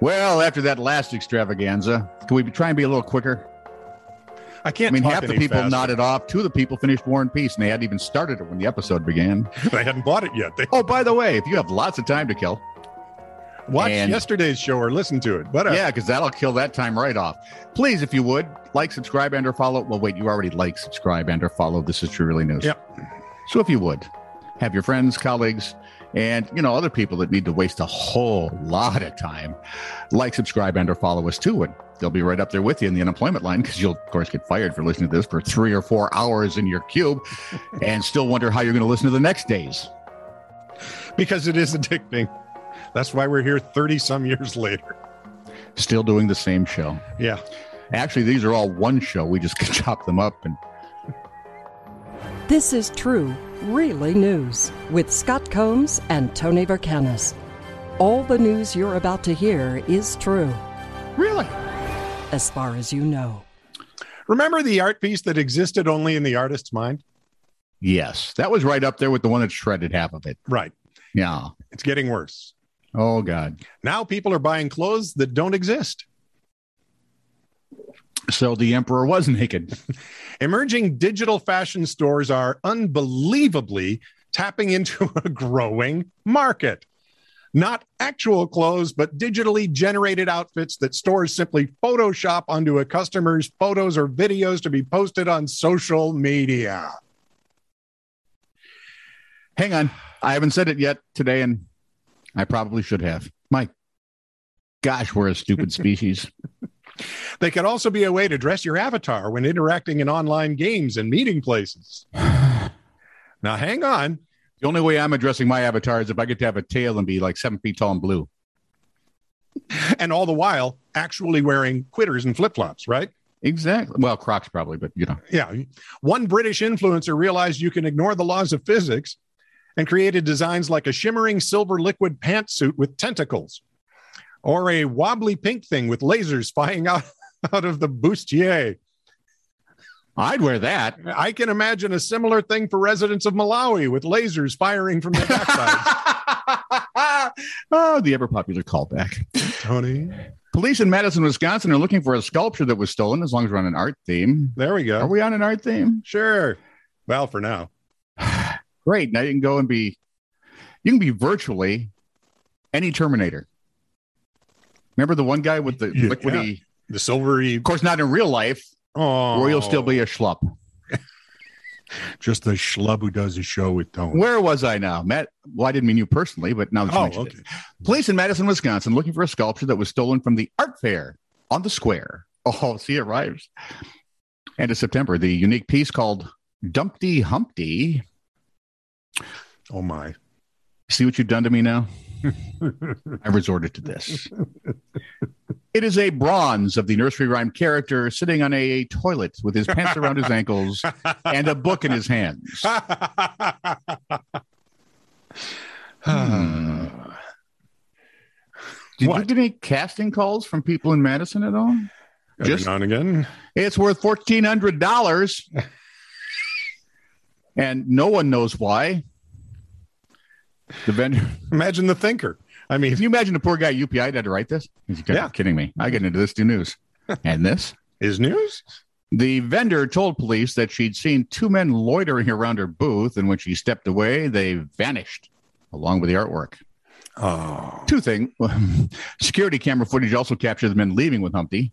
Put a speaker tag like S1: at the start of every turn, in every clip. S1: Well, after that last extravaganza, can we be- try and be a little quicker?
S2: I can't.
S1: I mean,
S2: talk
S1: half the
S2: any
S1: people
S2: faster.
S1: nodded off. Two of the people finished War and Peace, and they hadn't even started it when the episode began.
S2: They hadn't bought it yet. They
S1: Oh, by the way, if you have lots of time to kill,
S2: watched
S1: And-
S2: yesterday's show or listened to it. uh, Whatever.
S1: yeah, because that'll kill that time right off. Please, if you would, like, subscribe, and or follow. Well, wait, you already like, subscribe, and or follow. This is True Really News.
S2: Yep.
S1: So if you would, have your friends, colleagues, and you know other people that need to waste a whole lot of time, like, subscribe, and or follow us too. And they'll be right up there with you in the unemployment line because you'll of course get fired for listening to this for three or four hours in your cube, and still wonder how you're going to listen to the next days.
S2: Because it is addicting. That's why we're here 30 some years later.
S1: Still doing the same show.
S2: Yeah.
S1: Actually, these are all one show. We just chop them up and
S3: This is true, really news with Scott Combs and Tony Vercanis. All the news you're about to hear is true,
S1: really.
S3: as far as you know.
S2: Remember the art piece that existed only in the artist's mind?
S1: Yes, that was right up there with the one that shredded half of it.
S2: Right.
S1: Yeah.
S2: It's getting worse.
S1: Oh God.
S2: Now people are buying clothes that don't exist.
S1: So the emperor was naked.
S2: Emerging digital fashion stores are unbelievably tapping into a growing market. Not actual clothes, but digitally generated outfits that stores simply Photoshop onto a customer's photos or videos to be posted on social media.
S1: Hang on, I haven't said it yet today, and I probably should have. My gosh, we're a stupid species.
S2: They could also be a way to dress your avatar when interacting in online games and meeting places. Now, hang on.
S1: The only way I'm addressing my avatar is if I get to have a tail and be like seven feet tall and blue.
S2: And all the while, actually wearing quitters and flip flops, right?
S1: Exactly. Well, Crocs probably, but you know.
S2: Yeah. One British influencer realized you can ignore the laws of physics and created designs like a shimmering silver liquid pantsuit with tentacles or a wobbly pink thing with lasers flying out, out of the bustier.
S1: I'd wear that.
S2: I can imagine a similar thing for residents of Malawi with lasers firing from their backsides.
S1: oh, the ever popular callback.
S2: Tony,
S1: Police in Madison, Wisconsin are looking for a sculpture that was stolen as long as we're on an art theme.
S2: there we
S1: Are
S2: go.
S1: we on an art theme?
S2: Sure. Well, for now.
S1: Great. Now you can go and be, you can be virtually any Terminator. Remember the one guy with the
S2: Yeah.
S1: liquidy?
S2: The silvery.
S1: Of course, not in real life,
S2: Oh,
S1: where you'll still be a schlup.
S2: just the schlub who does a show with Tony.
S1: Where was I now, Matt? Well, I didn't mean you personally, but now that you
S2: Oh,
S1: mentioned it.
S2: okay.
S1: Police in Madison, Wisconsin, looking for a sculpture that was stolen from the art fair on the square. Oh, see, it rhymes. And in September, the unique piece called Dumpty Humpty.
S2: Oh, my.
S1: See what you've done to me now? I resorted to this. It is a bronze of the nursery rhyme character sitting on a toilet with his pants around his ankles and a book in his hands. Hmm. Did you
S2: What?
S1: get any casting calls from people in Madison at all?
S2: Just
S1: Just-
S2: now and again.
S1: It's worth fourteen hundred dollars, and no one knows why. The vendor.
S2: Imagine the thinker. I mean,
S1: If you imagine the poor guy at UPI had to write this, he's like,
S2: Yeah.
S1: "You're kidding me. I get into this new news, and this."
S2: is news?
S1: The vendor told police that she'd seen two men loitering around her booth, and when she stepped away, they vanished along with the artwork.
S2: Oh.
S1: Two things: security camera footage also captured the men leaving with Humpty,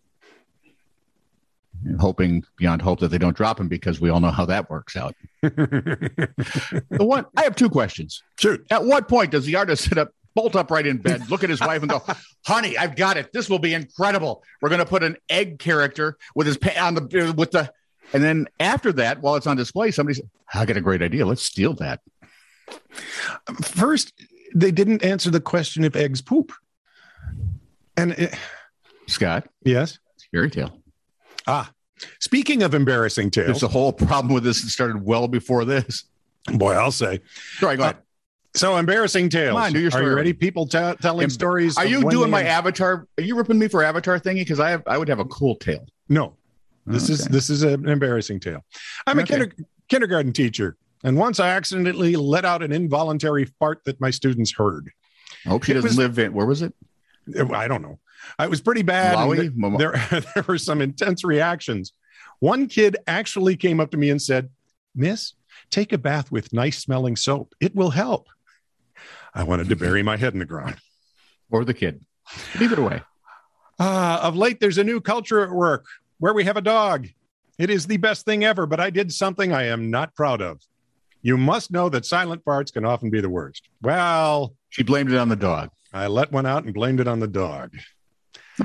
S1: and hoping beyond hope that they don't drop him because we all know how that works out. The one I have two questions.
S2: Shoot.
S1: At what point does the artist sit up, bolt up right in bed, look at his wife, and go, "Honey, I've got it. This will be incredible. We're going to put an egg character with his pa- on the with the." And then after that, while it's on display, somebody said, "I got a great idea. Let's steal that."
S2: First, they didn't answer the question if eggs poop. And it-
S1: Scott,
S2: yes.
S1: it's a fairy tale.
S2: Ah, speaking of embarrassing
S1: There's
S2: tales,
S1: a whole problem with this. It started well before this.
S2: boy, I'll say.
S1: Sorry,
S2: Uh,
S1: go ahead.
S2: So embarrassing tales.
S1: Come on, do your
S2: Are
S1: story.
S2: you ready? People t- telling
S1: Em-
S2: stories.
S1: Are
S2: of
S1: you
S2: when
S1: doing
S2: they-
S1: my avatar? Are you ripping me for avatar thingy? Because I have, I would have a cool tail.
S2: No, this is
S1: Okay.
S2: this is an embarrassing tale. I'm
S1: Okay.
S2: a kinder- kindergarten teacher, and once I accidentally let out an involuntary fart that my students heard.
S1: I hope she
S2: it
S1: doesn't
S2: was-
S1: live in. Where was it?
S2: I don't know. It was pretty bad. and
S1: Malawi?
S2: th-
S1: Mama-
S2: there, there were some intense reactions. One kid actually came up to me and said, Miss, take a bath with nice smelling soap. It will help. I wanted to bury my head in the ground.
S1: or the kid. Either way,
S2: Ah, of late, there's a new culture at work where we have a dog. It is the best thing ever, but I did something I am not proud of. You must know that silent farts can often be the worst. Well,
S1: she blamed it on the dog.
S2: I let one out and blamed it on the dog.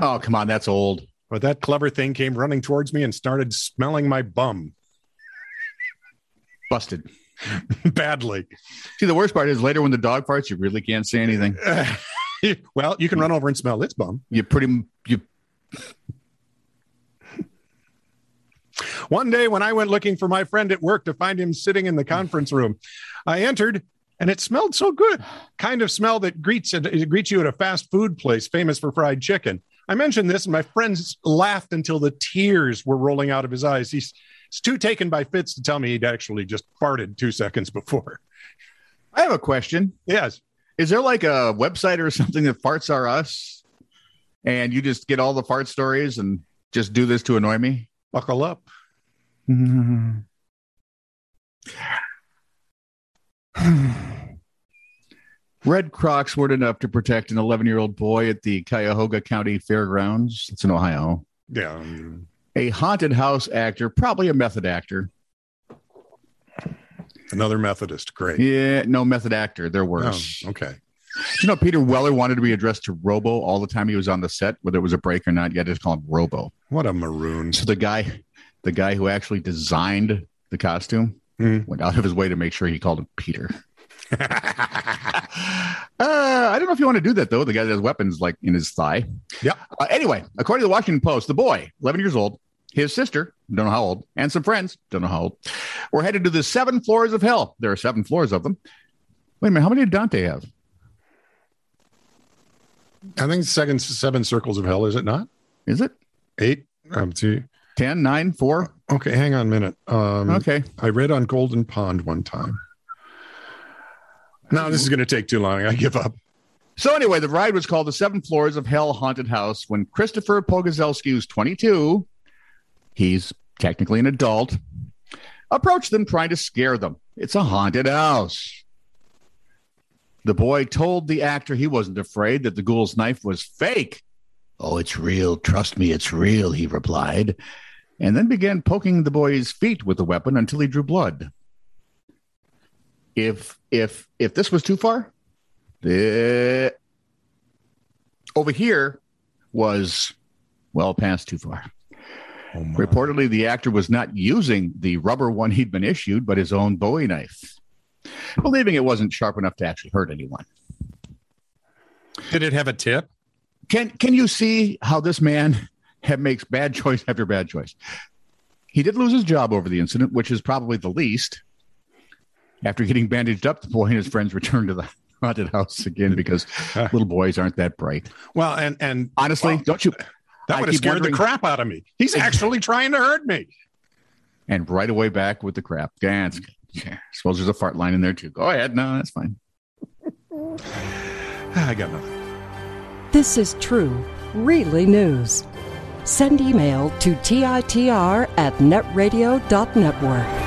S1: Oh, come on, that's old.
S2: But that clever thing came running towards me and started smelling my bum
S1: Busted.
S2: badly.
S1: See, the worst part is later when the dog farts, you really can't say anything.
S2: well, you can run over and smell its bum.
S1: You pretty m- you
S2: One day when I went looking for my friend at work to find him sitting in the conference room, I entered and it smelled so good. Kind of smell that greets it greets you at a fast food place famous for fried chicken. I mentioned this and my friends laughed until the tears were rolling out of his eyes. He's, he's too taken by fits to tell me he'd actually just farted 2 seconds before.
S1: I have a question.
S2: Yes.
S1: Is there like a website or something that farts are us? And you just get all the fart stories and just do this to annoy me?
S2: Buckle up.
S1: Red Crocs weren't enough to protect an 11 year old boy at the Cuyahoga County Fairgrounds. It's in Ohio.
S2: Yeah.
S1: A haunted house actor, probably a method actor.
S2: Another Methodist. Great.
S1: Yeah, no method actor. They're
S2: Oh,
S1: worse.
S2: okay.
S1: Do you know Peter Weller wanted to be addressed to Robo all the time he was on the set, whether it was a break or not? You had to just call him Robo.
S2: What a maroon.
S1: So the guy, the guy who actually designed the costume,
S2: Hmm.
S1: went out of his way to make sure he called him Peter. Uh, I don't know if you want to do that though. The guy that has weapons like in his thigh.
S2: Yeah.
S1: Uh, anyway, according to the Washington Post, the boy, 11 years old, his sister, don't know how old, and some friends, don't know how old, were headed to the seven floors of hell. There are seven floors of them. Wait a minute, how many did Dante have?
S2: I think it's second seven circles of hell, is it not?
S1: Is it
S2: Eight. Um, see.
S1: 10, 9, 4?
S2: Okay, hang on a minute. Um,
S1: Okay.
S2: I read on Golden Pond one time. No, this is going to take too long. I give up.
S1: So anyway, the ride was called the Seven Floors of Hell Haunted House. When Christopher Pogozelski was 22, he's technically an adult, approached them trying to scare them. It's a haunted house. The boy told the actor he wasn't afraid that the ghoul's knife was fake. Oh, it's real. Trust me, it's real, he replied, and then began poking the boy's feet with the weapon until he drew blood. If if if this was too far, the over here was well past too far.
S2: Oh my.
S1: Reportedly, the actor was not using the rubber one he'd been issued, but his own Bowie knife, believing it wasn't sharp enough to actually hurt anyone.
S2: Did it have a tip?
S1: Can can you see how this man ha- makes bad choice after bad choice? He did lose his job over the incident, which is probably the least. After getting bandaged up, the boy and his friends returned to the haunted house again because little boys aren't that bright.
S2: Well, and and
S1: Honestly,
S2: Well,
S1: don't you?
S2: that
S1: I
S2: would have
S1: keep
S2: scared
S1: wondering-
S2: the crap out of me. He's actually trying to hurt me.
S1: And right away back with the crap. Yeah, it's, yeah, suppose there's a fart line in there too. Go ahead. No, that's fine.
S2: I got nothing.
S3: This is true, really news. Send email to TITR at netradio.network.